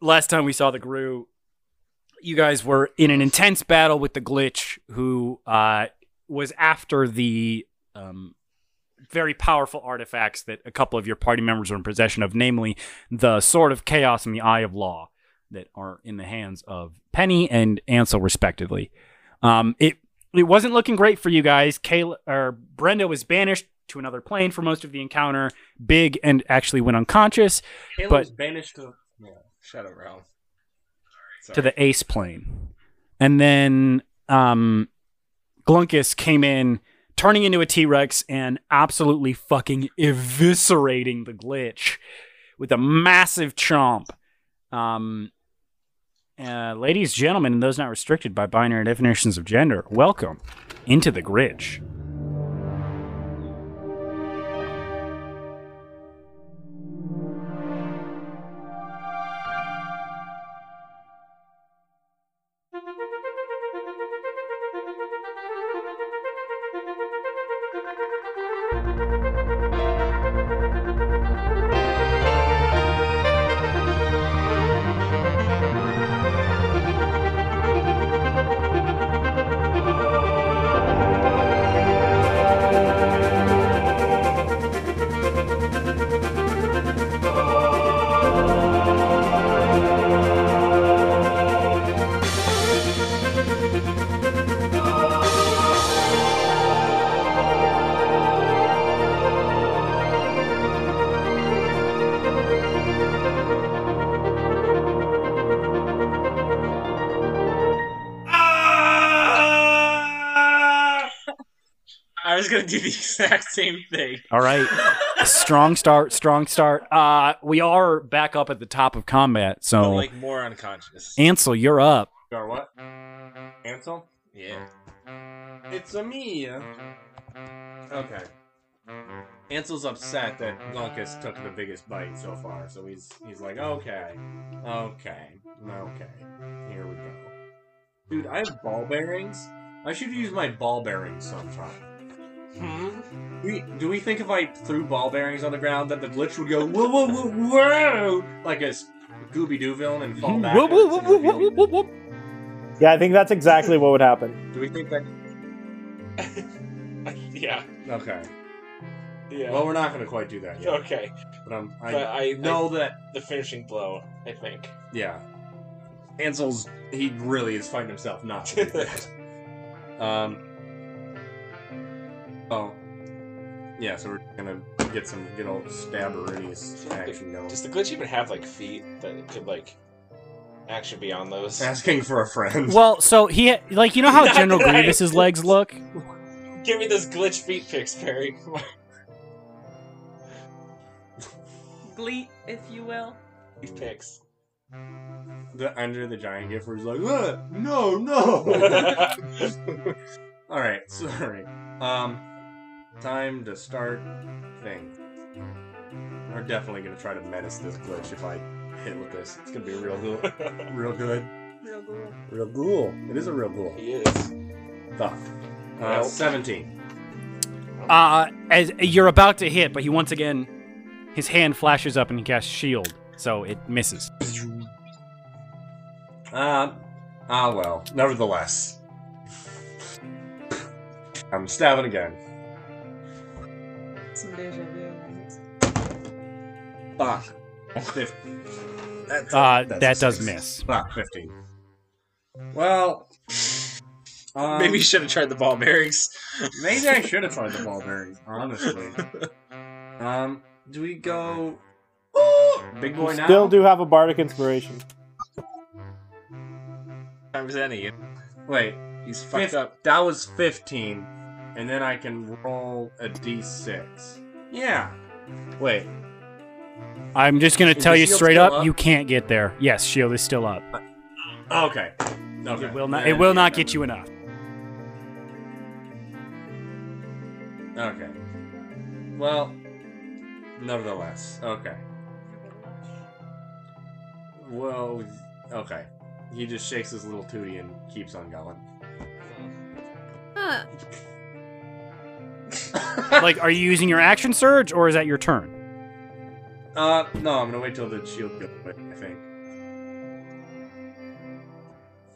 last time we saw the Gru, you guys were in an intense battle with the Glitch, who uh, was after the um, very powerful artifacts that a couple of your party members are in possession of, namely the Sword of Chaos and the Eye of Law, that are in the hands of Penny and Ansel, respectively. Um, it it wasn't looking great for you guys. Kayla or Brenda was banished to another plane for most of the encounter. Big and actually went unconscious Halo But- was banished to yeah, Shadow Realm. Sorry. to the Ace plane, and then um, Glunkus came in, turning into a T Rex and absolutely fucking eviscerating the glitch with a massive chomp. Um, uh, ladies, gentlemen, and those not restricted by binary definitions of gender, welcome into the glitch. I was gonna do the exact same thing. All right. strong start, strong start. Uh, we are back up at the top of combat, But so like more unconscious. Ansel, you're up. or what? Ansel? Yeah. It's a me. Okay. Ansel's upset that Glunkus took the biggest bite so far, so he's he's like, okay, okay, okay, here we go. Dude, I have ball bearings. I should use my ball bearings sometime. Hmm? We, do we think if I threw ball bearings on the ground that the glitch would go whoa whoa whoa whoa like a s- Gooby Doo villain and fall back? Whoop, whoop, whoop, whoop, whoop, whoop, whoop, whoop. Yeah, I think that's exactly what would happen. Do we think that? Yeah. Okay. Yeah. Well, we're not gonna quite do that yet. okay. But I'm, I, I but I know that. I- the finishing blow. I think. Yeah. Ansel's he really is fighting himself not. To do that. um. Oh. Yeah. So we're gonna get some good old stabberities action going. Does the glitch even have like feet that it could like actually be on those? Asking for a friend. Well, so he like you know how Not General that I- Grievous's legs look. Give me those glitch feet pics, Perry. Gleet, if you will. Feet pics. the under the giant gift where he's like, "Ugh, no, no. All right, sorry. Um, time to start thing. We're definitely gonna try to menace this glitch if I hit with this. It's gonna be real good, real good, Real cool. real ghoul. It is a real ghoul. he is. Um, Fuck. Uh, Nope. Seventeen. Uh, as you're about to hit, but he once again, his hand flashes up and he casts shield, so it misses. Um. Ah well. Nevertheless, I'm stabbing again. Some deja vu. Fuck. Fif- That's Uh, That's that a does six. miss. Fuck, 15. Well, um, Maybe you should have tried the ball bearings. maybe I should have tried the ball bearing, honestly. Um, do we go Ooh, big boy We now? still do have a bardic inspiration. Times any. Wait, He's fucked fif- up. that was 15, and then I can roll a d6. Yeah. Wait, I'm just gonna Is tell the you shield straight still up, up? you can't get there. Yes, shield is still up. okay. okay. It will not. Then It will not yeah. get you enough. Okay. Well, nevertheless, okay. Well, okay. He just shakes his little tootie and keeps on going. Huh. Like, are you using your action surge or is that your turn? uh, no, I'm gonna wait till the shield goes away, I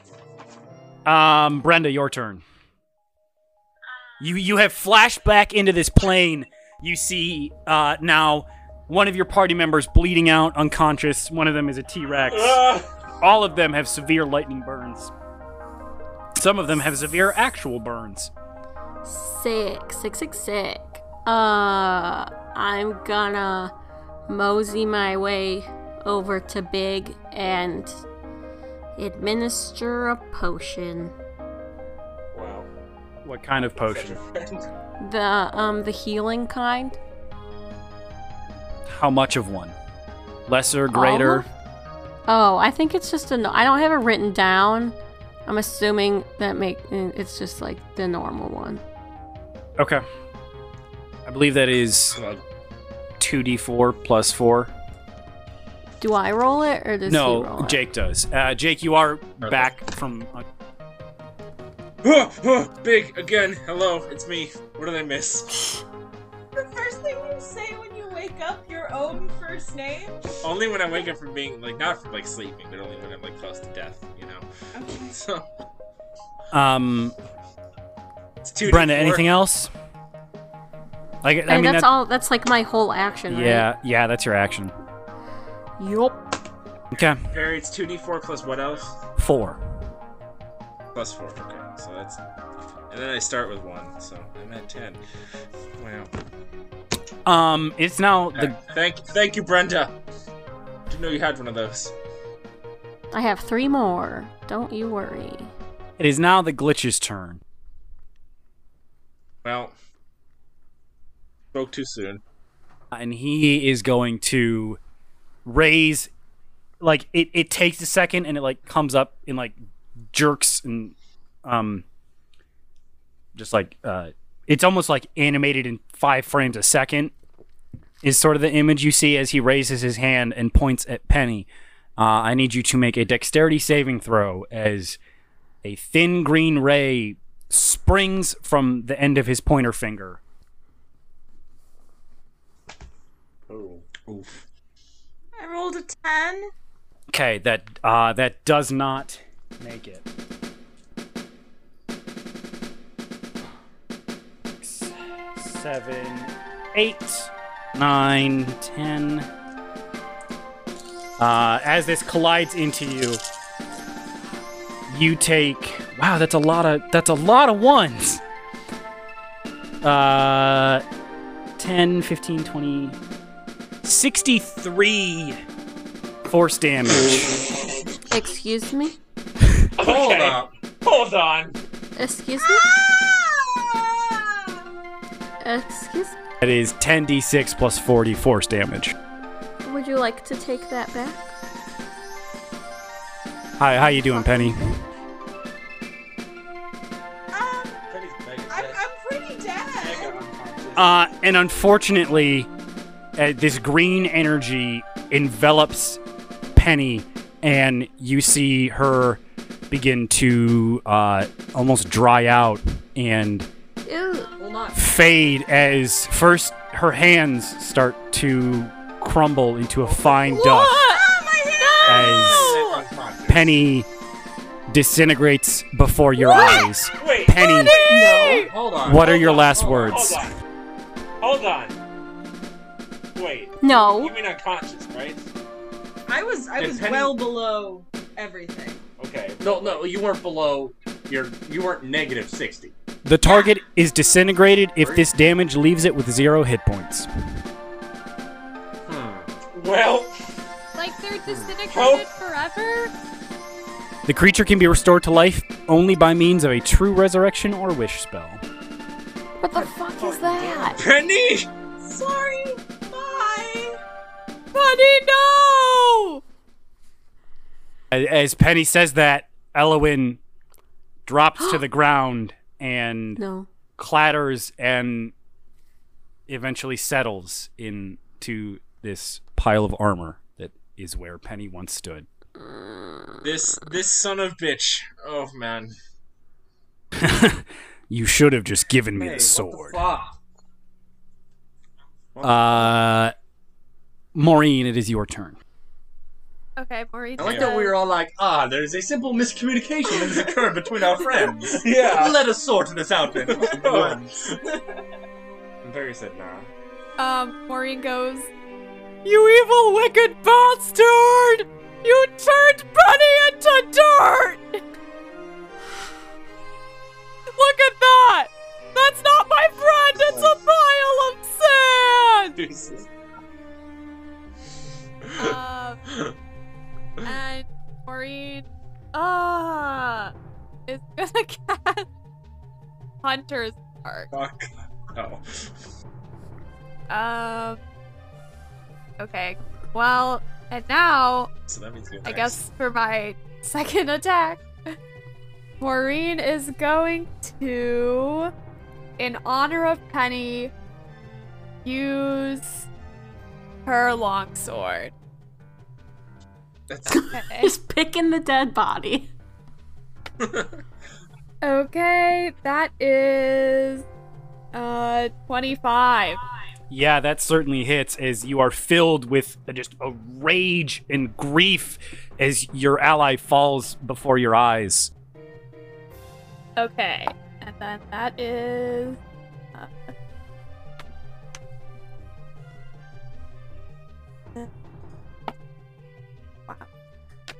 think. Um, Brenda, your turn. You you have flashed back into this plane. You see uh, now one of your party members bleeding out, unconscious. One of them is a T Rex. All of them have severe lightning burns. Some of them have severe actual burns. Sick, sick, sick, sick. Uh, I'm gonna mosey my way over to Big and administer a potion. Wow. What kind of potion? The um the healing kind. How much of one? Lesser, greater? Oh, I think it's just a. No- I don't have it written down. I'm assuming that make it's just like the normal one. Okay. I believe that is Like, 2d4 plus 4. Do I roll it or does he roll no, it? Jake does. Uh, Jake, you are back from. Uh, Big again. Hello, it's me. What did I miss? The first thing you say when you wake up, your own first name? Only when I wake up from being like not from like sleeping, but only when I'm like close to death. You know. Okay. So um, it's two. Brenda, anything else? Like, I Hey, mean, that's that- all. That's like my whole action. right? yeah, yeah, that's your action. Yup. Okay, Perry, it's two d four plus what else? four. Plus four. Okay, so that's. And then I start with one, so I'm at ten. Wow. Um, it's now the Thank, thank you, Brenda. Didn't know you had one of those. I have three more. Don't you worry. it is now the glitch's turn. Well, spoke too soon. and he is going to raise like it, it takes a second and it like comes up and like jerks and um just like uh it's almost like animated in five frames a second is sort of the image you see as he raises his hand and points at penny uh, i need you to make a dexterity saving throw as a thin green ray springs from the end of his pointer finger Oh. Oof. I rolled a 10. Okay, that uh, that does not make it. Six, Seven, eight, nine, ten. Uh, as this collides into you, you take. Wow, that's a lot of that's a lot of ones. Uh, 10, 15, 20, 63 force damage. Excuse me. Hold up. Hold on. Excuse me. Ah! Um, Excuse. That is 10d6 plus 40 force damage. Would you like to take that back? Hi, how you doing, Penny? Um, Pretty big. I'm, I'm pretty dead. Uh, and unfortunately, uh, this green energy envelops Penny, and you see her begin to uh, almost dry out and Ew. Well, not. fade as first her hands start to crumble into a fine dust. As Penny disintegrates before your eyes. Wait, Penny, No. Hold on. what are hold your on, last hold on, words? Hold on. Hold on. Wait, you No. mean unconscious, right? I was, I Did was Penny- well below everything. Okay. No, no, you weren't below your. You weren't negative sixty. The target is disintegrated if this damage leaves it with zero hit points. Hmm. Well, Like they're Oh. disintegrated Help. forever? The creature can be restored to life only by means of a true resurrection or wish spell. What the fuck is that? Penny! Sorry. Bye. Buddy, no! A- As Penny says that, Elowin drops to the ground and No. clatters and eventually settles into this pile of armor that is where Penny once stood. This this son of bitch. Oh man. You should have just given me Hey, the sword. What Uh, Maureen, it is your turn. Okay, Maurice. I like that we does- were all like, ah, there's a simple miscommunication that has occurred between our friends. Yeah. Let us sort this out then. and Barry said, nah. Um, Maureen goes. You evil, wicked bastard! You turned Bunny into dirt! Look at that! That's not my friend. It's a pile of sand. Jesus. Um, and Maureen, ah, is gonna cast Hunter's Mark. Fuck. Oh. Um. Okay. Well, and now So that means you I guess for my second attack, Maureen is going to, in honor of Penny, use her longsword. That's Okay. He's picking the dead body. okay, that is uh 25. Yeah, that certainly hits as you are filled with just a rage and grief as your ally falls before your eyes. Okay, and then that is. uh, Wow.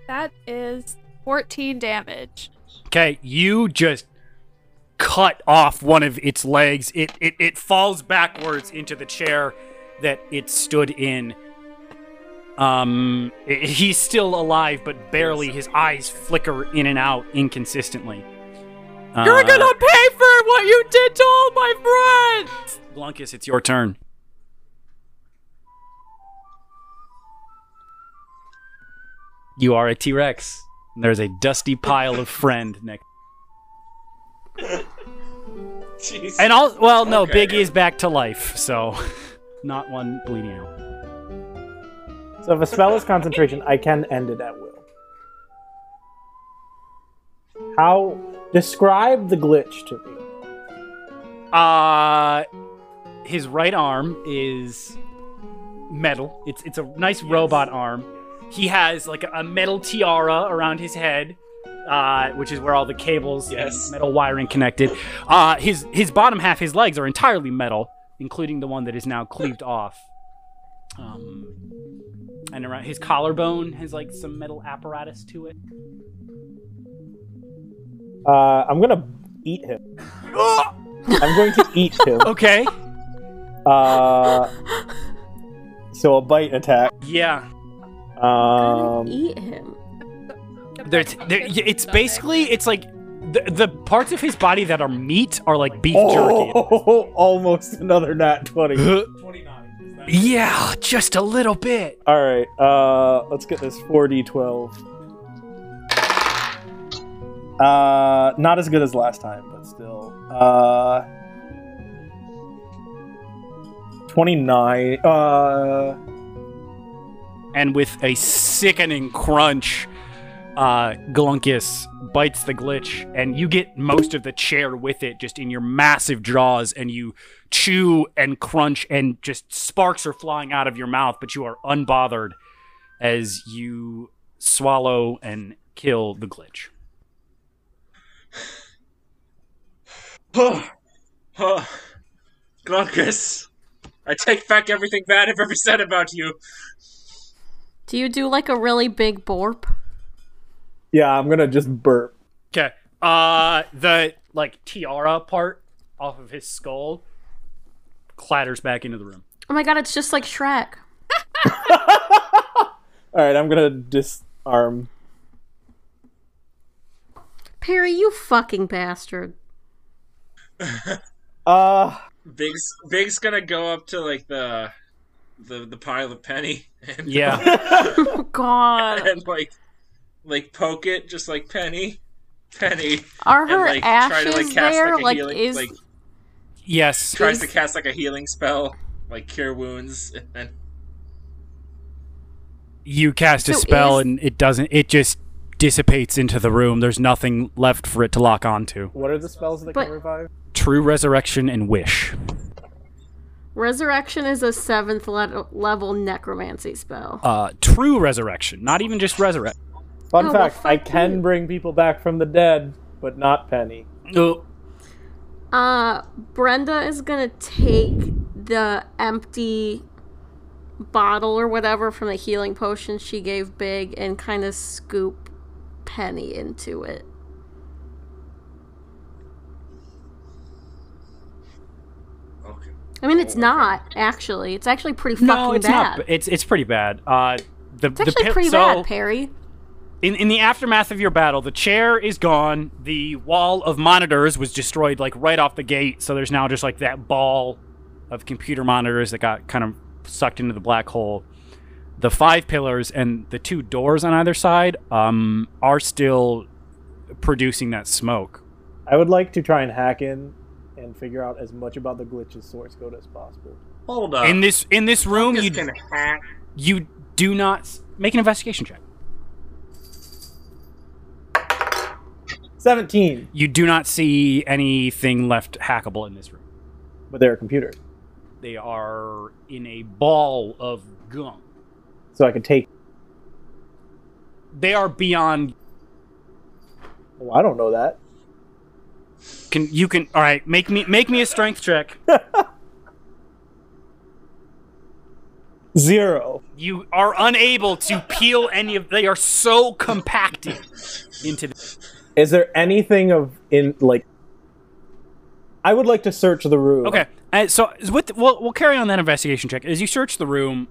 That is 14 damage. Okay, you just cut off one of its legs. It it, it falls backwards into the chair that it stood in. Um, i- he's still alive, but barely. His eyes flicker in and out inconsistently. Uh, pay for what you did to all my friends! Glunkus, it's your turn. You are a T Rex. There's a dusty pile of friend next. Jesus. And all well, no, Okay. Big is back to life, so not one bleeding out. So if a spell is concentration, I can end it at will. How describe the glitch to me? Uh his right arm is metal. It's it's a nice robot arm. He has like a metal tiara around his head, uh, which is where all the cables Yes. and metal wiring connected. Uh, his his bottom half, his legs are entirely metal, including the one that is now cleaved off. Um, and around his collarbone has like some metal apparatus to it. Uh, I'm gonna eat him. I'm going to eat him. Okay. Uh, so a bite attack. Yeah. Um, Eat him. There's, there, y- it's basically it's like the, the parts of his body that are meat are like beef oh, almost another nat twenty. jerky. yeah, just a little bit. All right, uh, let's get this 4d12. Uh, not as good as last time, but still. Uh, 29. Uh, And with a sickening crunch, uh, Glunkus bites the glitch, and you get most of the chair with it, just in your massive jaws, and you chew and crunch, and just sparks are flying out of your mouth, but you are unbothered as you swallow and kill the glitch. Oh, oh. Glunkus, I take back everything bad I've ever said about you. Do you do like a really big borp? yeah, I'm gonna just burp. Okay. Uh, the like tiara part off of his skull clatters back into the room. Oh my god, it's just like Shrek. All right, I'm gonna disarm. Perry, you fucking bastard. Uh, Big's Big's gonna go up to like the the the pile of penny and Yeah. Oh god. and like like poke it just like penny penny Are and her like try to ashes like cast there? like a Like, healing is like yes. tries is- to cast like a healing spell like cure wounds and then You cast a So spell is- and it doesn't. It just dissipates into the room. There's nothing left for it to lock onto. what are the spells that But- can revive? True resurrection and wish. Resurrection is a seventh le- level necromancy spell. Uh, true resurrection, not even just resurrect. Fun Oh, well, fact: I fuck can you. bring people back from the dead, but not Penny. No, Uh, Brenda is gonna take the empty bottle or whatever from the healing potion she gave Big and kind of scoop Penny into it. Okay. I mean, it's not actually. It's actually pretty fucking no, it's bad. not. It's it's pretty bad. Uh, the It's actually the pi- pretty so, bad, Perry. in, in the aftermath of your battle, the chair is gone. The wall of monitors was destroyed, like right off the gate. So there's now just like that ball of computer monitors that got kind of sucked into the black hole. The five pillars and the two doors on either side um, are still producing that smoke. I would like to try and hack in and figure out as much about the glitch's source code as possible. Hold up. in this in this room, you Uh, Just gonna hack. you do not s- make an investigation check. Seventeen, You do not see anything left hackable in this room. but they're a computer, They are in a ball of gunk. so I could take. they are beyond Well, oh, I don't know that. can you can all right make me make me a strength check Zero. you are unable to peel any of they are so compacted into the, Is there anything of in like? I would like to search the room. okay uh, so is with we'll, we'll carry on that investigation check as you search the room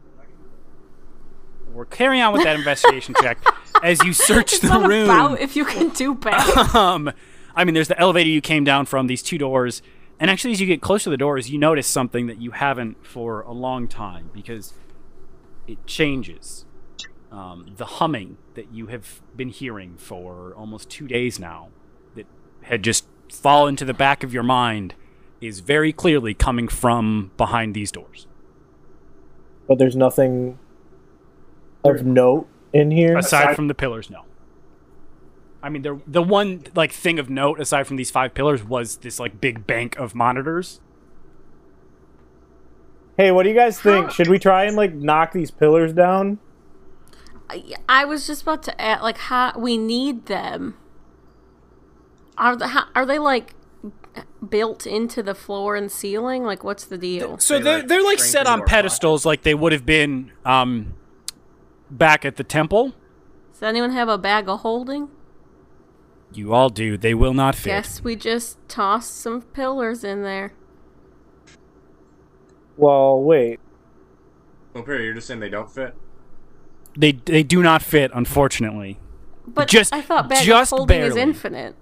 we're carrying on with that investigation check as you search It's the not room about if you can do bad. um, I mean, there's the elevator you came down from, these two doors. And actually, as you get close to the doors, you notice something that you haven't for a long time because it changes. Um, the humming that you have been hearing for almost two days now, that had just fallen to the back of your mind, is very clearly coming from behind these doors. but there's nothing of note in here. aside from the pillars no i mean there the one like thing of note aside from these five pillars was this like big bank of monitors Hey, what do you guys think? Should we try and like knock these pillars down? I- I was just about to add, like, how we need them. Are the, how, are they like built into the floor and ceiling? Like, what's the deal? so They, they're, like, they're like strengthen set or on fly. pedestals like they would have been um back at the temple Does anyone have a bag of holding? you all do they will not fit Guess we just toss some pillars in there. Well, wait. Well, Oh, Perry, you're just saying they don't fit. they they do not fit unfortunately But Just- I thought bag just of holding is barely. infinite.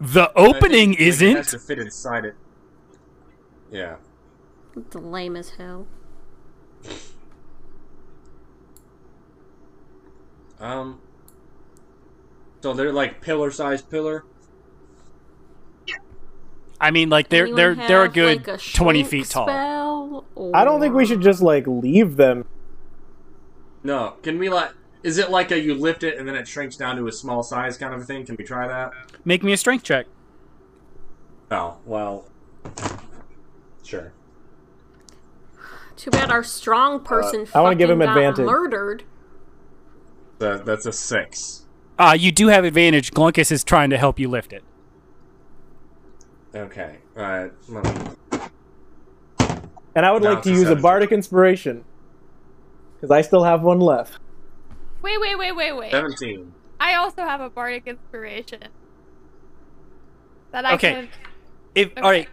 the I think opening It has isn't to fit inside it. Yeah. It's lame as hell. Um. So they're like pillar-sized pillar. i mean like they're Anyone they're they're a have, good like, a 20 shrink feet tall spell, I don't think or- we should just like leave them. No, can we like? Is it like a you lift it and then it shrinks down to a small size kind of a thing? Can we try that? make me a strength check Oh well. Sure. Too bad our strong person. Uh, I wanna give fucking him got advantage. Murdered. That, that's a six. uh you do have advantage glunkus is trying to help you lift it Okay. Uh, let me. And I would No, like it's to a use a 17. bardic inspiration because I still have one left. Wait, wait, wait, wait, wait. Seventeen. I also have a bardic inspiration. That I Okay. can. if Okay. all right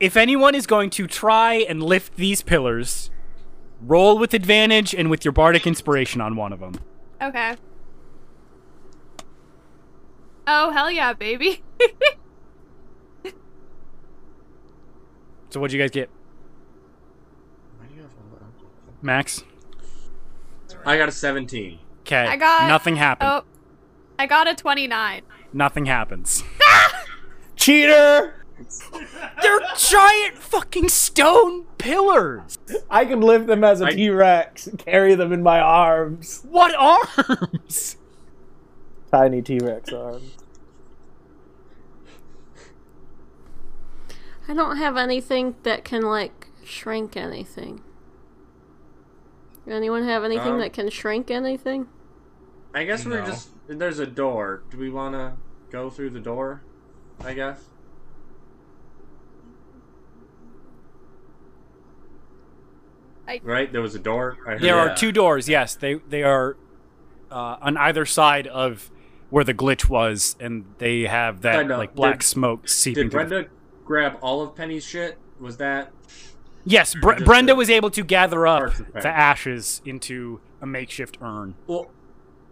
if anyone is going to try and lift these pillars, roll with advantage and with your bardic inspiration on one of them. Okay. Oh hell yeah, baby! So what'd you guys get, Max? I got a seventeen. Okay. I got nothing happened. Oh, I got a twenty-nine. Nothing happens. Cheater! They're giant fucking stone pillars. I can lift them as a I- T Rex and carry them in my arms. What arms? Tiny T Rex arms. I don't have anything that can like shrink anything? Anyone have anything Um, that can shrink anything? I guess we're No. just there's a door. Do we want to go through the door? I guess. I- Right, there was a door. I heard Yeah. There are two doors. Yes, they they are uh, on either side of where the glitch was, and they have that Brenda, like black did- smoke seeping. Did through the- Brenda grab all of Penny's shit? Was that yes, Bre- just Brenda the- was able to gather up Parts of the Penny. ashes into a makeshift urn. well?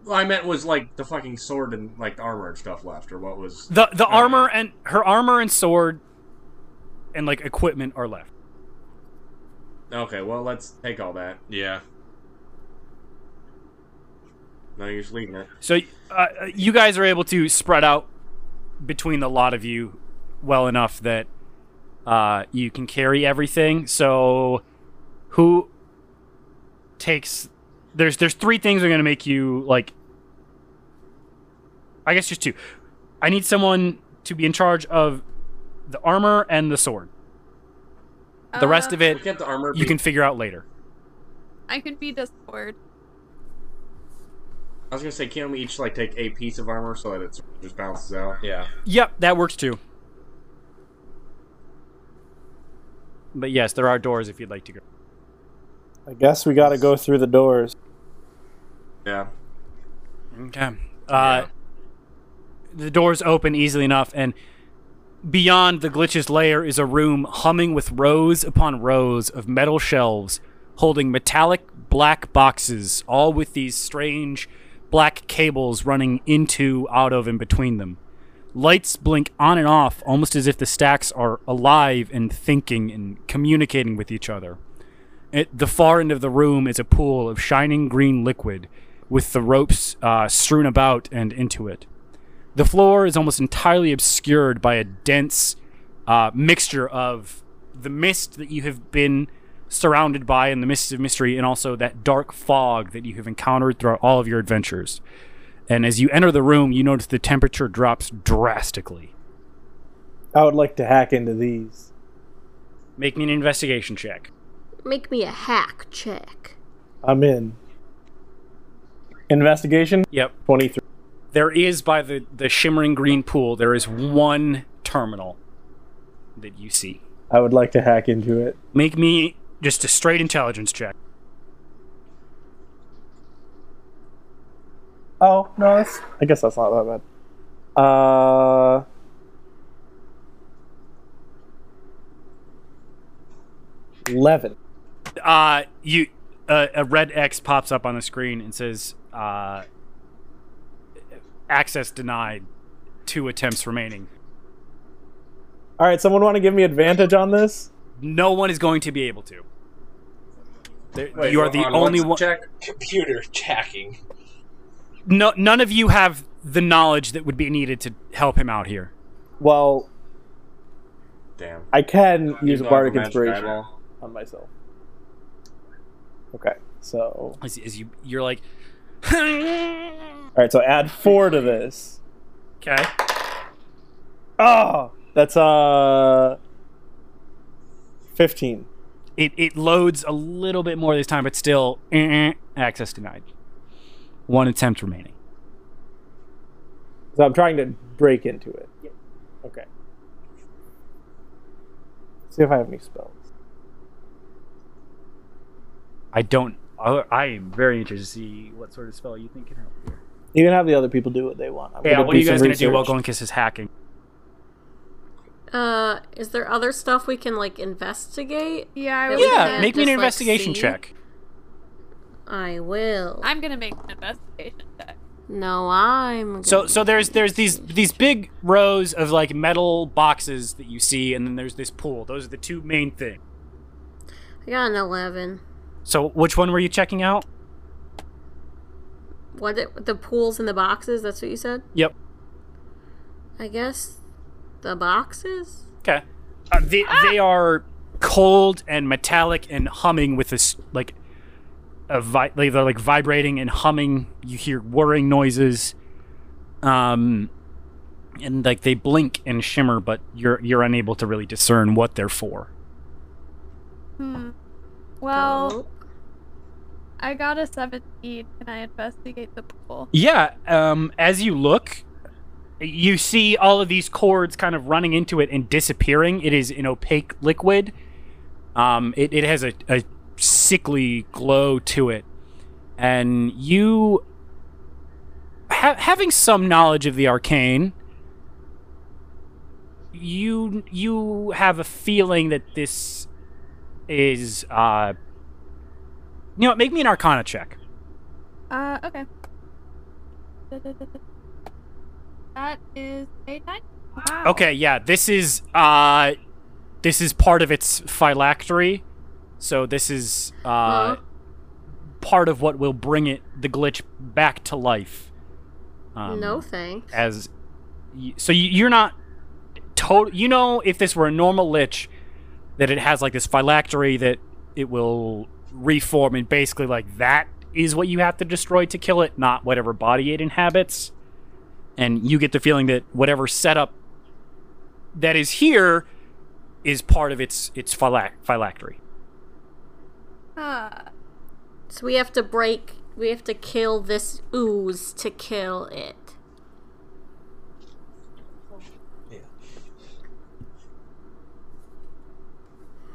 well, I meant was like the fucking sword and like armor and stuff left, or what was? the The armor and her armor and sword and like equipment are left. Okay, well let's take all that. Yeah. No, you're just leaving it. So uh, you guys are able to spread out between the lot of you well enough that uh, you can carry everything. So who takes? There's there's three things that are gonna make you like. I guess just two. I need someone to be in charge of the armor and the sword. The rest Uh, of it Look at the armor. you can figure out later. I can be the sword. I was gonna say, can't we each like take a piece of armor so that it just bounces out? Yeah. Yep, that works too. But yes, there are doors if you'd like to go. I guess we got to go through the doors. Yeah. Okay. Uh, The doors open easily enough, and beyond the glitch's lair is a room humming with rows upon rows of metal shelves holding metallic black boxes, all with these strange black cables running into, out of, and between them. Lights blink on and off, almost as if the stacks are alive and thinking and communicating with each other. At the far end of the room is a pool of shining green liquid with the ropes uh, strewn about and into it. The floor is almost entirely obscured by a dense uh, mixture of the mist that you have been surrounded by in the mists of mystery and also that dark fog that you have encountered throughout all of your adventures. And as you enter the room, you notice the temperature drops drastically. I would like to hack into these. Make me an investigation check. Make me a hack check. I'm in. Investigation Yep. 23. there is by the the shimmering green pool there is one terminal that you see I would like to hack into it. make me just a straight intelligence check Oh, no, that's, I guess that's not that bad. Uh, Eleven. uh you uh, a red x pops up on the screen and says uh access denied two attempts remaining All right, someone want to give me advantage on this? no one is going to be able to There- Wait, you are hold the on, only what's the one Check. Computer jacking. no, none of you have the knowledge that would be needed to help him out here Well, Damn. I can use a Dark bardic Magic inspiration Eyeball. on myself. Okay, so all as, as you you're like right, so add four to this. okay Oh, that's uh, fifteen. it, it loads a little bit more this time, but still eh, eh, access denied. One attempt remaining. So I'm trying to break into it. Okay. See if I have any spells. I don't. I, I am very interested to see what sort of spell you think can help. Here. You can have the other people do what they want. I'm Yeah, gonna what are you some guys gonna do while research. Golden Kiss is hacking? Uh, is there other stuff we can like investigate? Yeah, I Yeah. would. We Yeah, can't make me an just, like, investigation see. check. I will. I'm gonna make an investigation check. no, I'm. Gonna So so there's there's these these big rows of like metal boxes that you see, and then there's this pool. Those are the two main things. I got an eleven. So which one were you checking out? What it, the pools and the boxes? That's what you said. Yep. I guess the boxes. Okay. Uh, they, they are cold and metallic and humming with this like a vi- like, they're like vibrating and humming. You hear whirring noises. Um and like they blink and shimmer, but you're you're unable to really discern what they're for. Hmm. Well, I got a 17. Can I investigate the pool? Yeah. Um, as you look, you see all of these cords kind of running into it and disappearing. It is an opaque liquid. Um, it, it has a, a sickly glow to it. And you, ha- having some knowledge of the arcane, you you have a feeling that this is uh you know what, make me an arcana check Uh, okay. That is a 9. Wow. okay yeah this is uh this is part of its phylactery so this is uh Uh-huh. part of what will bring it the glitch back to life um, no thanks. as y- so you- you're not total you know if this were a normal lich that it has like this phylactery that it will reform and basically like that is what you have to destroy to kill it not whatever body it inhabits and you get the feeling that whatever setup that is here is part of its its phylac- phylactery Huh. So we have to break. We have to kill this ooze to kill it.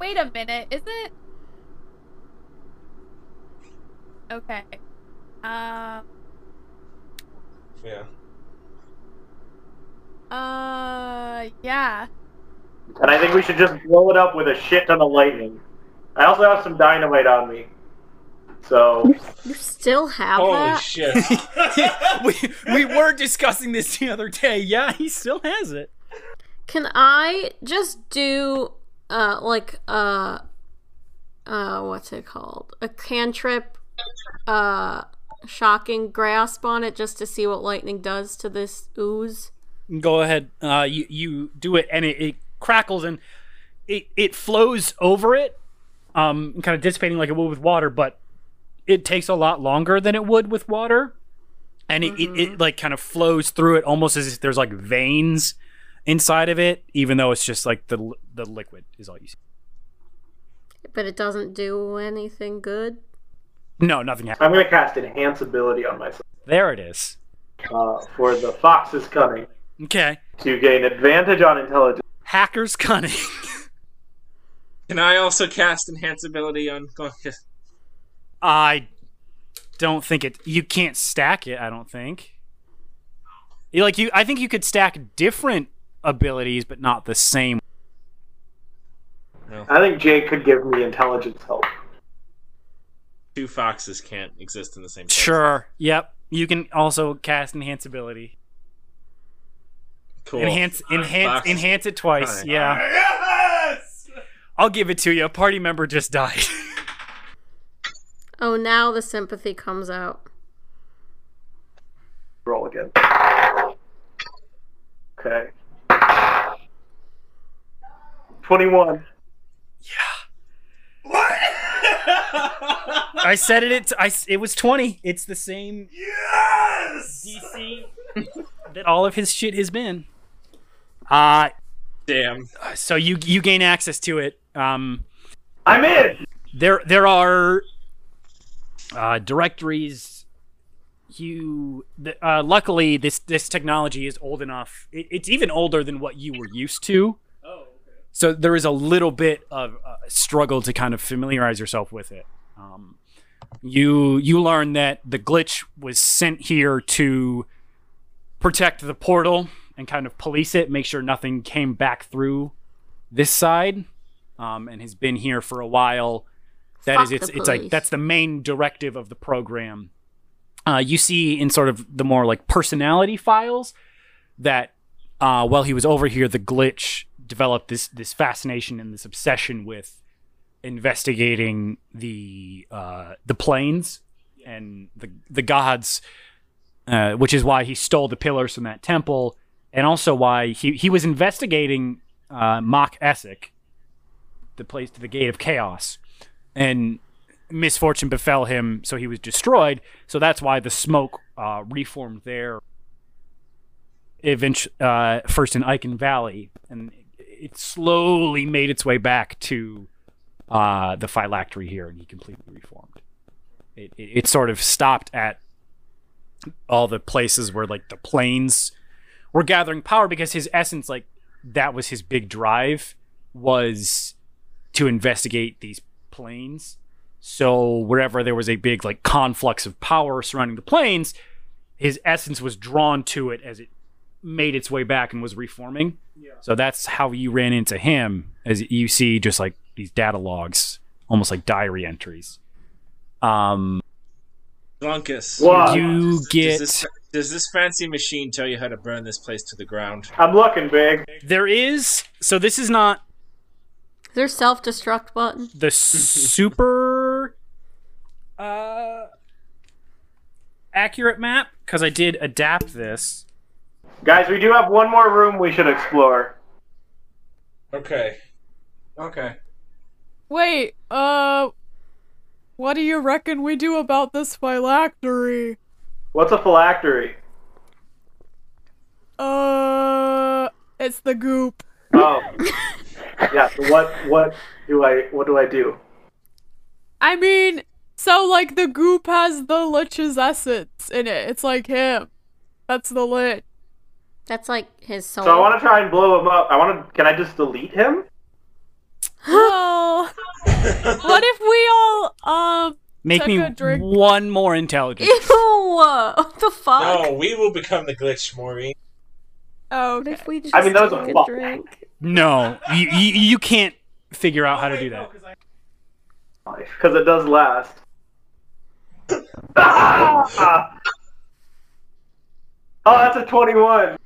Wait a minute. Is it? Okay. Um. Yeah. Uh. Yeah. And I think we should just blow it up with a shit ton of lightning. I also have some dynamite on me. So, You still have Oh, Holy that? shit. we, we were discussing this the other day yeah he still has it Can I just do uh like uh uh what's it called? A cantrip uh shocking grasp on it just to see what lightning does to this ooze. go ahead uh you, you do it and it, it crackles and it it flows over it um kind of dissipating like it would with water but it takes a lot longer than it would with water and it, it, it like kind of flows through it almost as if there's like veins inside of it even though it's just like the li- the liquid is all you see But it doesn't do anything good. no nothing happened I'm going to cast Enhance Ability on myself there it is uh, for the Fox's Cunning okay to gain advantage on intelligence. hacker's cunning Can I also cast enhance ability on Glunkus? I don't think it. You can't stack it. I don't think. You- Like you, I think you could stack different abilities, but not the same. I think Jake could give me intelligence help. Two foxes can't exist in the same place. Sure. Yep. You can also cast enhance ability. Cool. Enhance, enhance, Fox. enhance it twice. Alright. Yeah. Yes! I'll give it to you. A party member just died. Oh, now the sympathy comes out. Roll again. Okay. 21. I said it. It's. I. s- It was twenty. It's the same Yes! DC that all of his shit has been. Uh Damn. so you you gain access to it. Um. I'm in! there there are uh, directories you th- uh, luckily this this technology is old enough it, it's even older than what you were used to oh, okay. so there is a little bit of uh, struggle to kind of familiarize yourself with it um, you you learn that the glitch was sent here to protect the portal and kind of police it make sure nothing came back through this side um, and has been here for a while. That Fuck is, the it's it's like police. that's the main directive of the program. Uh, you see in sort of the more like personality files that uh, while he was over here, the glitch developed this this fascination and this obsession with investigating the uh, the planes and the the gods, uh, which is why he stole the pillars from that temple, and also why he he was investigating uh, Mach Essek, the place to the gate of chaos, and misfortune befell him, so he was destroyed. So that's why the smoke uh, reformed there. Eventually, uh, first in Icon Valley, and it slowly made its way back to uh, the phylactery here, and he completely reformed. It, it, it sort of stopped at all the places where like the planes were gathering power because his essence, like that was his big drive, was to investigate these planes. So wherever there was a big like conflux of power surrounding the planes, his essence was drawn to it as it made its way back and was reforming. Yeah. So that's how you ran into him, as you see just like these data logs, almost like diary entries. Um, Glunkus. Wow. you get Does this, does this fancy machine tell you how to burn this place to the ground? I'm looking big. there is so this is not There's self destruct button. the super uh, accurate map because I did adapt this. Guys, we do have one more room we should explore. Okay. Okay. Wait, uh, what do you reckon we do about this phylactery? What's a phylactery? Uh, it's the goop. Oh. yeah, so what what do I what do I do? I mean, so like the goop has the lich's essence in it. It's like him. That's the lich. That's like his soul. So I want to try and blow him up. I want to. Can I just delete him? Well, what if we all um Make Took me a drink. one more intelligence. Ew! What the fuck? No, we will become the glitch, Maureen. oh What okay. if we just I mean, that was a take a fuck. drink? no, you, you you can't figure out how to do that. Because it does last. Ah! Oh, that's a twenty-one.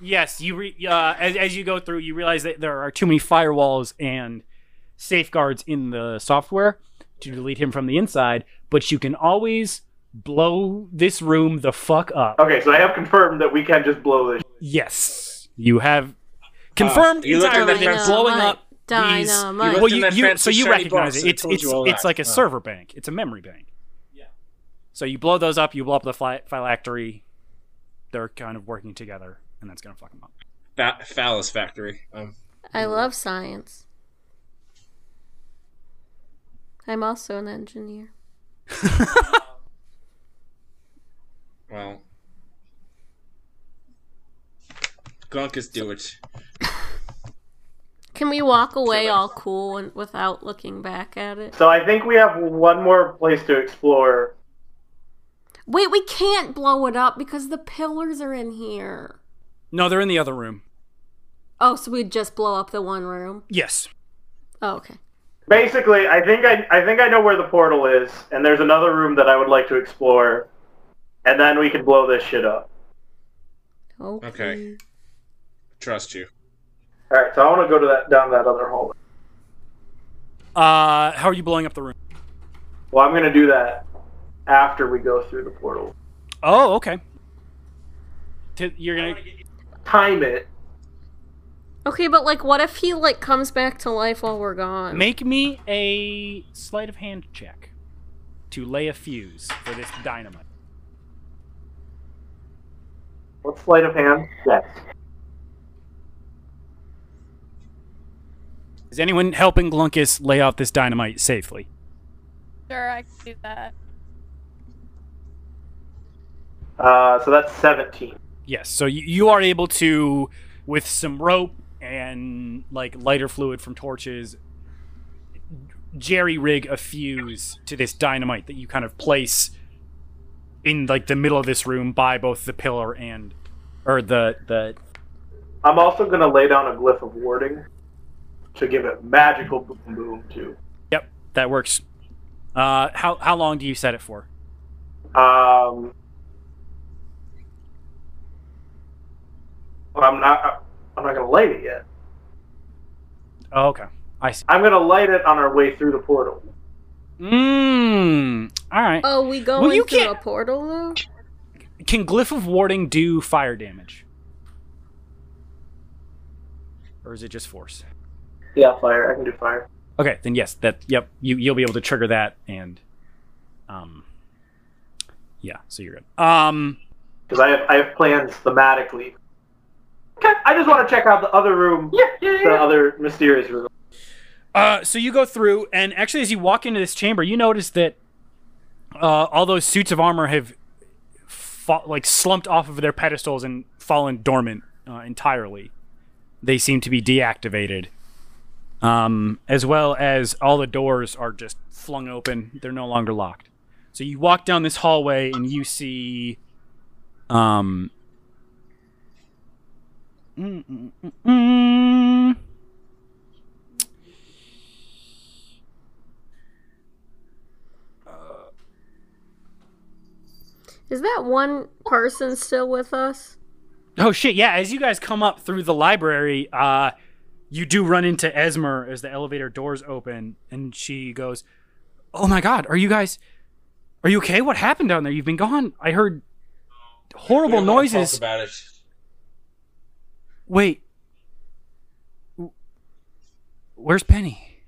Yes, you re- uh, as as you go through, you realize that there are too many firewalls and safeguards in the software to delete him from the inside. But you can always blow this room the fuck up. Okay, so I have confirmed that we can just blow this. Yes, you have confirmed Ah, you looked at entirely that that fancy- blowing up these. Dynamite. You Well, looked in you, that you fancy so you shiny recognize box it. and It's told it's you all it's that. like a Oh. server bank. It's a memory bank. So you blow those up. You blow up the phy- phylactery. They're kind of working together, and that's gonna fuck them up. Fa- phallus factory. Um, I love science. I'm also an engineer. well, Glunkus, do it. Can we walk away all cool and without looking back at it? So I think we have one more place to explore. Wait, we can't blow it up because the pillars are in here. No, they're in the other room. Oh, so we'd just blow up the one room. Yes. Oh, okay. Basically, I think I, I think I know where the portal is, and there's another room that I would like to explore, and then we can blow this shit up. Okay. Okay. Trust you. All right, so I want to go to that down that other hallway. Uh, how are you blowing up the room? Well, I'm gonna do that after we go through the portal. Oh, okay. T- you're gonna. Time it. Okay, but like, what if he like comes back to life while we're gone? Make me a sleight of hand check to lay a fuse for this dynamite. What sleight of hand? Yes. Is anyone helping Glunkus lay out this dynamite safely? Sure, I can do that. Uh, so that's 17. Yes. So you, you are able to, with some rope and like lighter fluid from torches, jerry rig a fuse to this dynamite that you kind of place in like the middle of this room by both the pillar and, or the the I'm also gonna lay down a glyph of warding to give it magical boom boom too. Yep, that works. Uh, how how long do you set it for? Um, but I'm not. I'm not gonna light it yet. Oh, okay, I see. I'm gonna light it on our way through the portal. Mmm. All right. Oh, we go Well, you into a can't- portal though. Can glyph of warding do fire damage, or is it just force? Yeah, fire. I can do fire. Okay, then yes, that yep, you you'll be able to trigger that and, um, yeah, so you're good. Um, Because I have I have plans thematically. Okay, I just want to check out the other room. Yeah, yeah, The other mysterious room. Uh, so you go through, and actually, as you walk into this chamber, you notice that uh, all those suits of armor have fa- like slumped off of their pedestals and fallen dormant uh, entirely. They seem to be deactivated, um, as well as all the doors are just flung open. They're no longer locked. So you walk down this hallway, and you see, um. mm, mm, mm, mm. Is that one person still with us? Oh shit! Yeah, as you guys come up through the library, uh, you do run into Esmer as the elevator doors open, and she goes, "Oh my god, are you guys? Are you okay? What happened down there? You've been gone. I heard horrible We don't wanna talk noises. about it. Wait, W- where's Penny?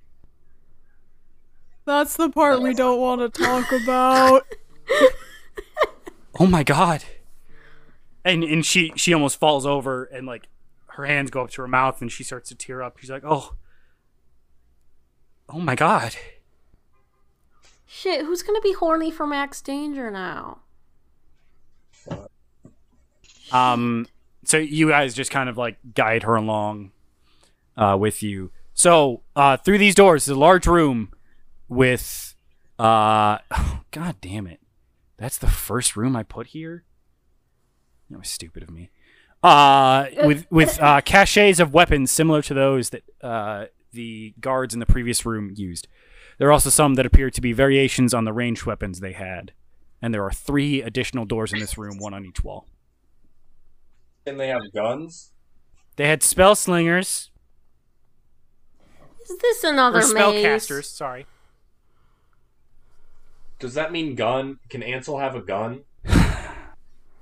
That's the part we don't want to talk about. Oh my god!" And and she she almost falls over, and like her hands go up to her mouth, and she starts to tear up. She's like, "Oh, oh my god." Shit, who's gonna be horny for Max Danger now? Um, so you guys just kind of like guide her along uh, with you. So uh, through these doors, the large room with, uh, god damn it, that's the first room I put here. That was stupid of me. Uh, with with uh, caches of weapons similar to those that uh, the guards in the previous room used. There are also some that appear to be variations on the ranged weapons they had, and there are three additional doors in this room, one on each wall. And they have guns. They had spell slingers Is this another or maze? spellcasters. Sorry. Does that mean gun? Can Ansel have a gun?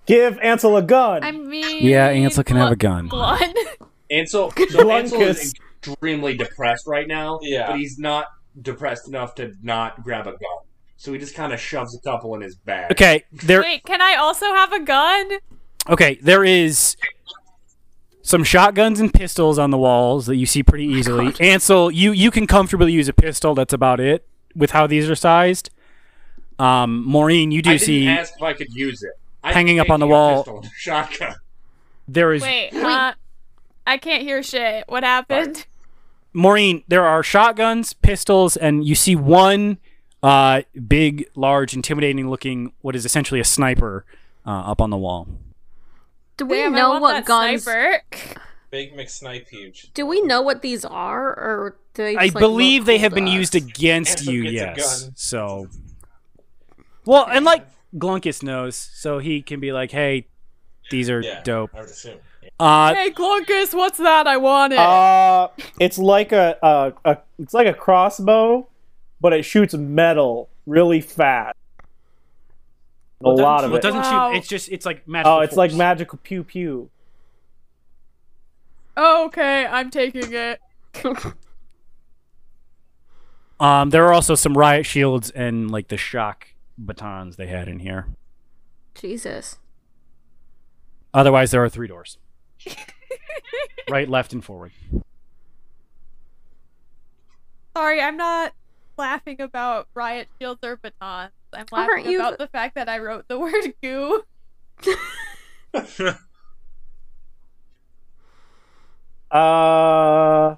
Give Ansel a gun. I mean, Yeah, Ansel can have a gun. Blood. Ansel, so Ansel Glunkus. is extremely depressed right now. Yeah. but he's not depressed enough to not grab a gun. So he just kind of shoves a couple in his bag. Okay, there. Wait, can I also have a gun? Okay, there is some shotguns and pistols on the walls that you see Oh pretty easily. Ansel, you you can comfortably use a pistol. That's about it with how these are sized. Um, Maureen, you I do didn't see ask if I could use it. I'm Hanging up on the taking a wall. pistol and a shotgun. there is Wait, huh? I can't hear shit. What happened? Maureen, there are shotguns, pistols, and you see one uh, big, large, intimidating looking, what is essentially a sniper uh, up on the wall. Do we Damn, I know want what that guns? Sniper. Big McSnipe huge. Do we know what these are, or do they? I just, like, believe look they cool have to been us? used against Ansel you, gets a yes. gun. So, well, and like Glunkus knows, so he can be like, "Hey, these are Yeah, dope." I would assume. Uh, Hey, Glunkus, what's that? I want it. Uh, it's like a, a, a it's like a crossbow, but it shoots metal really fast. A lot of well, it. it doesn't Wow. shoot. It's just it's like magical. oh, it's like force. magical pew pew. okay, I'm taking it. Um, there are also some riot shields and like the shock batons they had in here. Jesus. Otherwise, there are three doors. right, left, and forward. Sorry, I'm not laughing about riot shields or batons. I'm Aren't laughing you about the- the fact that I wrote the word goo. Uh, all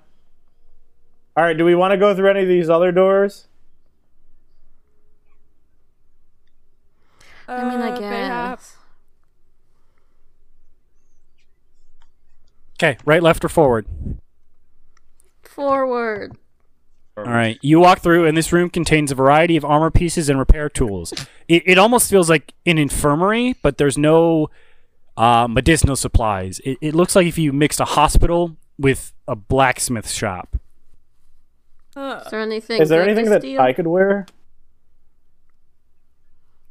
right. Uh, Do we want to go through any of these other doors? I mean, Uh, I mayhap. guess. Okay, right, left, or forward. Forward. All right. You walk through, and this room contains a variety of armor pieces and repair tools. It, it almost feels like an infirmary, but there's no uh, medicinal supplies. It, it looks like if you mixed a hospital with a blacksmith shop. Uh, Is there anything? Is there good to anything that steal? I could wear?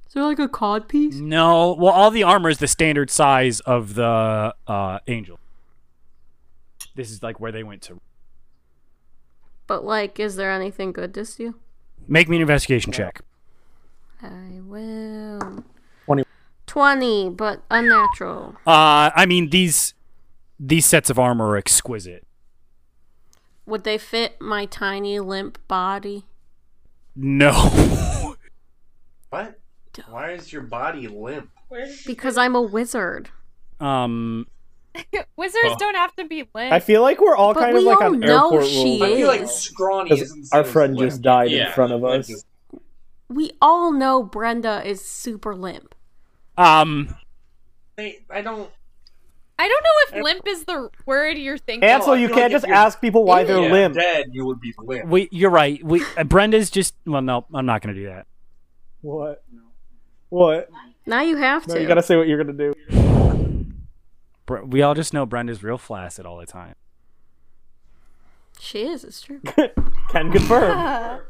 Is there like a cod piece? No. Well, all the armor is the standard size of the uh, angel. This is like where they went to. But like, is there anything good to steal? Make me an investigation check. I will. 20. Twenty, but unnatural. Uh, I mean these these sets of armor are exquisite. Would they fit my tiny limp body? No. What? Why is your body limp? Where did you Because I'm a wizard. um, Wizards Oh. don't have to be lit. I feel like we're all But kind we of like all on know airport she I rules. feel like Yes. scrawny Because isn't. Our friend just died Yeah, in front of limp us. is- We all know Brenda is super limp. um, They, I don't. I don't know if limp is the word you're thinking. Ansel, I you feel can't like if just you're ask people why they're yeah, limp. Dead, you would be limp. we you're right. We uh, Brenda's just well, no, I'm not gonna do that. What? What? Now you have No, to. you gotta say what you're gonna do. Bre- we all just know Brenda's real flaccid all the time. She is. It's true. Can confirm.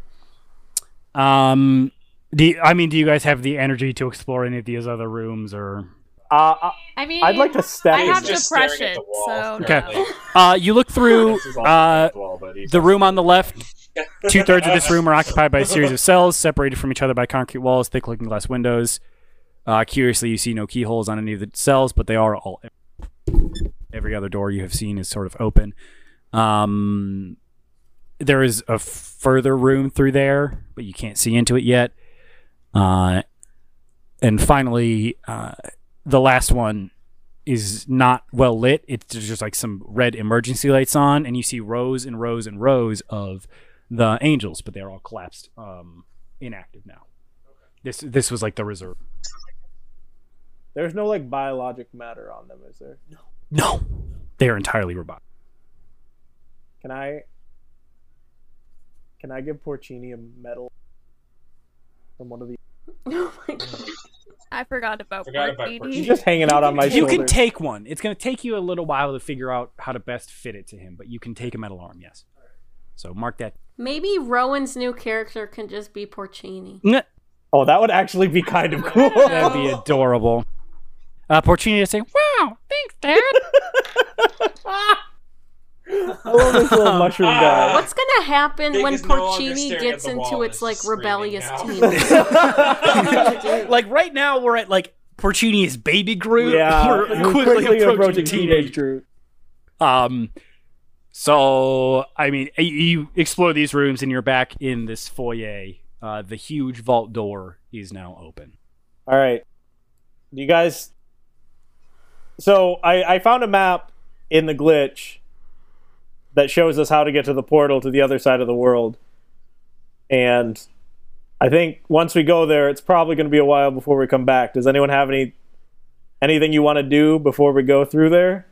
Um, do you- I mean, do you guys have the energy to explore any of these other rooms or? uh, I- I mean, I'd like to step I in. have It's just staring depression, at the wall so currently. no. Uh, you look through This is all uh, well, but he's- the room on the left. Two thirds of this room are occupied by a series of cells separated from each other by concrete walls, thick looking glass windows. Uh, curiously, you see no keyholes on any of the cells, but they are all. Every other door you have seen is sort of open. Um, there is a further room through there, but you can't see into it yet. Uh, and finally, uh, the last one is not well lit. It's just like some red emergency lights on, and you see rows and rows and rows of the angels, but they're all collapsed, um, inactive now. This this was like the reserve. There's no like biologic matter on them, is there? No, they are entirely robotic. Can I? Can I give Porcini a medal from one of the? oh my god. I forgot about Forgot about Porcini. He's just hanging out on my You shoulder. can take one. It's going to take you a little while to figure out how to best fit it to him, but you can take a metal arm. Yes. So mark that. Maybe Rowan's new character can just be Porcini. Nuh. oh, that would actually be kind of cool. That'd be adorable. Uh, Porcini to say, "Wow, thanks, Dad." I love this little mushroom guy. What's gonna happen Big when is no longer Porcini staring at gets the into wall, its it's like just rebellious screaming teen? like right now, we're at like Porcini is baby Groot. yeah, we're you're quickly, approaching, teenage. Groot. Um, so I mean, y- you explore these rooms, and you're back in this foyer. Uh, the huge vault door is now open. All right, you guys. So I, I found a map in the glitch that shows us how to get to the portal to the other side of the world, and I think once we go there, it's probably going to be a while before we come back. Does anyone have any anything you want to do before we go through there?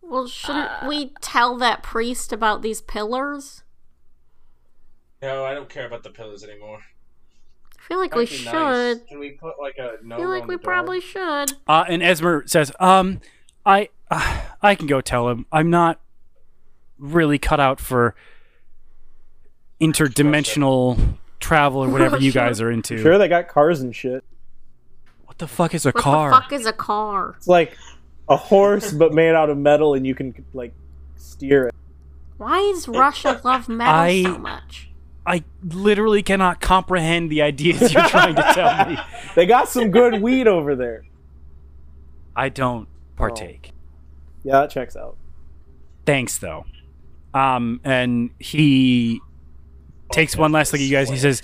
well, shouldn't we tell that priest about these pillars? No, I don't care about the pillows anymore. I feel like That'd we be should. nice. Can we put like a no? I feel like on we the door? probably should. Uh, and Esmer says, "Um, I, uh, I can go tell him. I'm not really cut out for interdimensional travel or whatever you guys are into. Sure, they got cars and shit. What the fuck is a What car? the fuck is a car? It's like a horse, but made out of metal, and you can like steer it. Why is Russia love metal I- so much? I literally cannot comprehend the ideas you're trying to tell me. They got some good weed over there. I don't partake. Yeah, that checks out. Thanks though. Um, and he takes one last look at you guys. And he says,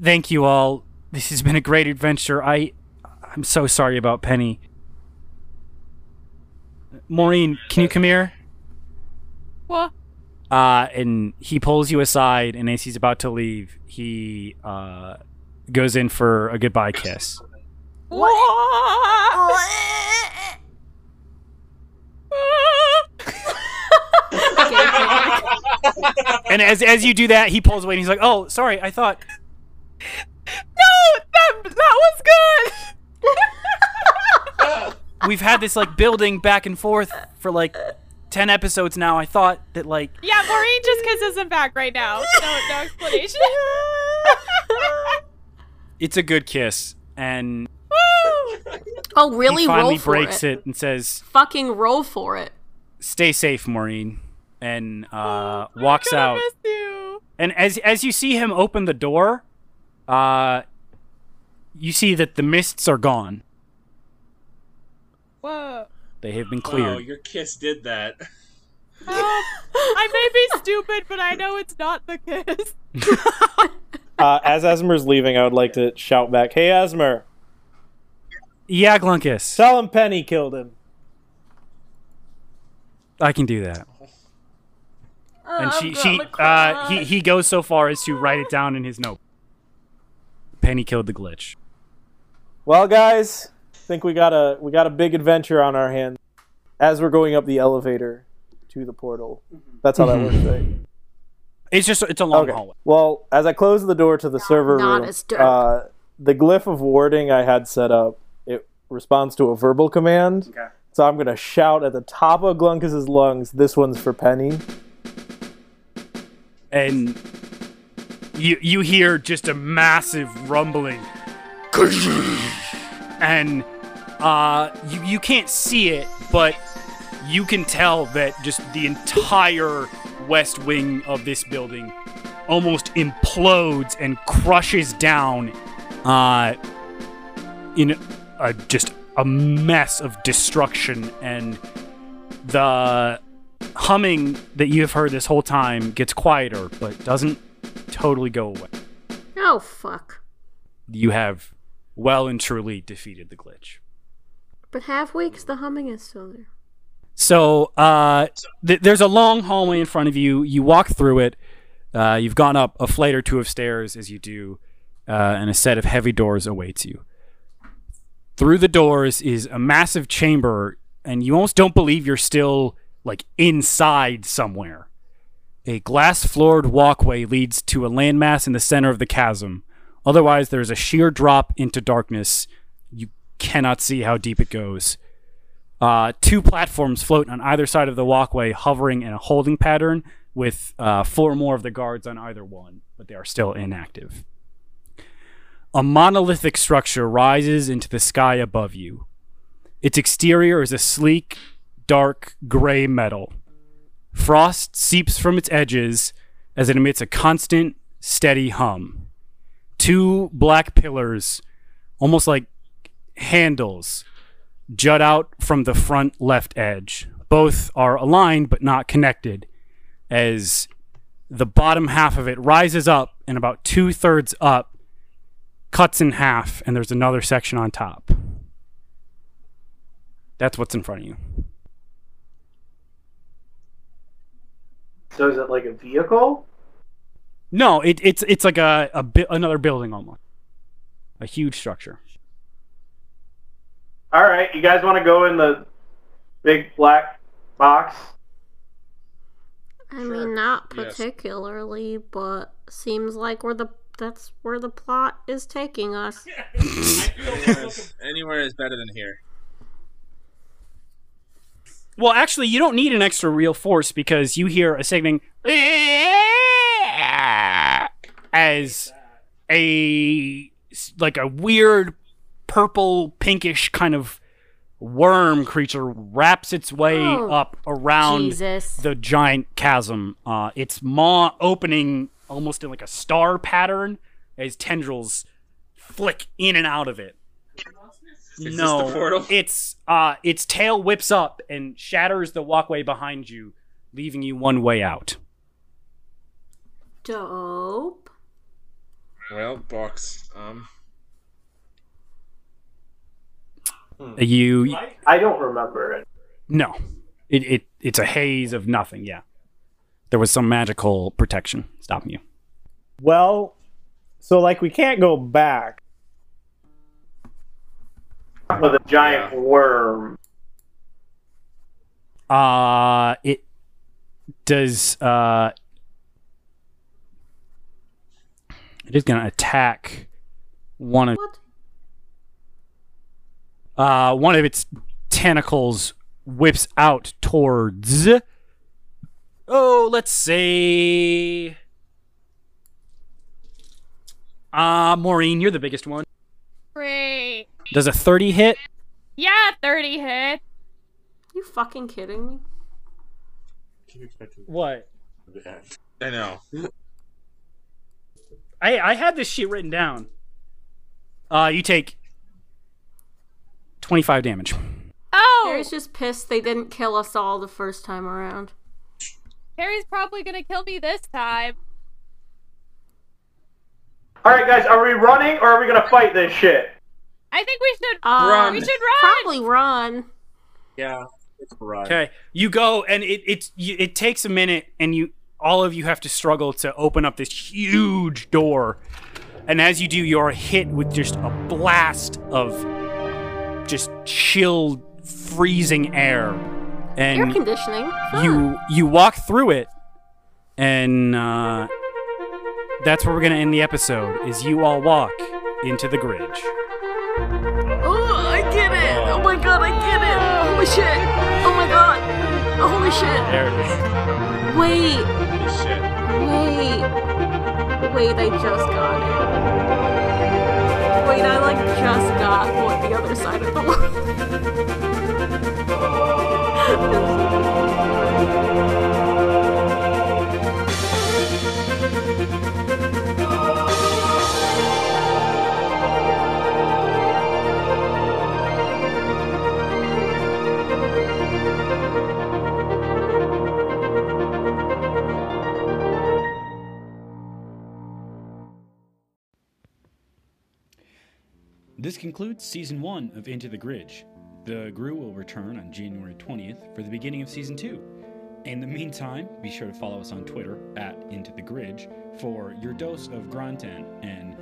"Thank you all. This has been a great adventure. I, I'm so sorry about Penny. Maureen, can you come here?" What? Uh, and he pulls you aside, and as he's about to leave, he uh, goes in for a goodbye kiss. and as as you do that, he pulls away and he's like, "Oh, sorry, I thought." No, that that was good. we've had this like building back and forth for like 10 episodes now i thought that like Yeah, Maureen just kisses him back right now. No, no explanation. it's a good kiss and Oh, really? he roll finally for breaks it. it. and says Fucking roll for it. stay safe maureen and Oh uh, I'm walks gonna out miss you. and as as you see him open the door uh you see that the mists are gone Whoa. they have been Wow, Oh, cleared your kiss did that. I may be stupid, but I know it's not the kiss. Uh, as Asmer's leaving, I would like to shout back, "Hey, Asmer! Yeah, Glunkus. Tell him Penny killed him." I can do that. Oh, And I'm she, gonna she, uh, cry. he, he goes so far as to write it down in his note. Penny killed the glitch. Well, guys, I think we got a we got a big adventure on our hands as we're going up the elevator to the portal. Mm-hmm. That's how that works, right? It's just, it's a long Okay. hallway. Well, as I close the door to the server not room, as dark. uh, the glyph of warding I had set up it responds to a verbal command. Okay. So I'm gonna shout at the top of Glunkus's lungs, "This one's for Penny." And you, you hear just a massive rumbling. And uh, you, you can't see it, but you can tell that just the entire west wing of this building almost implodes and crushes down uh, in a, just a mess of destruction and the humming that you have heard this whole time gets quieter but doesn't totally go away Oh fuck! you have well and truly defeated the glitch But half weeks, the humming is still there. So uh, th- there's a long hallway in front of you. You walk through it. Uh, you've gone up a flight or two of stairs as you do, uh, and a set of heavy doors awaits you. Through the doors is a massive chamber, and you almost don't believe you're still like inside somewhere. A glass floored walkway leads to a landmass in the center of the chasm. Otherwise, there is a sheer drop into darkness. You cannot see how deep it goes. Uh, two platforms float on either side of the walkway, hovering in a holding pattern, with uh, four more of the guards on either one, but they are still inactive. A monolithic structure rises into the sky above you. Its exterior is a sleek, dark, gray metal. Frost seeps from its edges as it emits a constant, steady hum. Two black pillars, almost like handles, jut out from the front left edge. Both are aligned but not connected, as the bottom half of it rises up and about two thirds up, cuts in half, and there's another section on top. That's what's in front of you. So is it like a vehicle? No, it, it's it's like a, a bu- another building almost, a huge structure. All right, you guys want to go in the big black box? I Sure. mean, not Yes. particularly, but seems like we're the that's where the plot is taking us. Anywhere is- anywhere is better than here. Well, actually, you don't need an extra real force because you hear a singing as a like a weird purple pinkish kind of worm creature wraps its way Oh, up around Jesus. the giant chasm. Uh, its maw opening almost in like a star pattern as tendrils flick in and out of it. this no, the portal? it's uh, its tail whips up and shatters the walkway behind you, leaving you one way out. Dope. Well, box. Um, Hmm. You I don't remember it. no, it, it it's a haze of nothing. Yeah, there was some magical protection stopping you. Well, so like we can't go back. With a giant worm. Uh it does uh it is gonna attack one of What? uh one of its tentacles whips out towards oh let's say uh Maureen, you're the biggest one. Great. Does a 30 hit? Yeah, 30 hits. You fucking kidding me? Keep expecting What? that. I know. I I had this shit written down. Uh you take 25 damage. Oh! Harry's just pissed they didn't kill us all the first time around. Harry's probably gonna kill me this time. All right, guys, are we running or are we gonna fight this shit? I think we should Uh, We should run. Probably run. Yeah, it's right. Okay, you go, and it it's you, it takes a minute, and you all of you have to struggle to open up this huge door, and as you do, you are hit with just a blast of just chilled, freezing air, Air and conditioning. Fun. you you walk through it, and uh, that's where we're gonna end the episode. Is you all walk into the bridge. Oh, I get it. Oh my god, I get it. Holy shit. Oh my god. Holy shit. There it is. Wait, Shit. wait. Wait, I just got it. Wait, I like just got what the other side of the world. This concludes season one of Into the Gridge. The Gru will return on January 20th for the beginning of season two. In the meantime, be sure to follow us on Twitter at Into the Gridge for your dose of Grantan and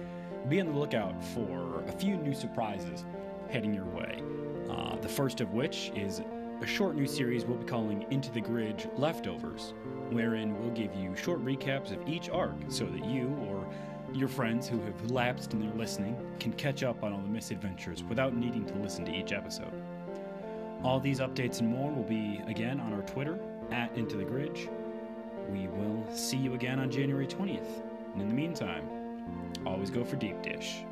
be on the lookout for a few new surprises heading your way. Uh, the first of which is a short new series we'll be calling Into the Gridge Leftovers, wherein we'll give you short recaps of each arc so that you or your friends who have lapsed in their listening can catch up on all the misadventures without needing to listen to each episode. All these updates and more will be again on our Twitter at Into the Gridge. We will see you again on January 20th. And in the meantime, always go for deep dish.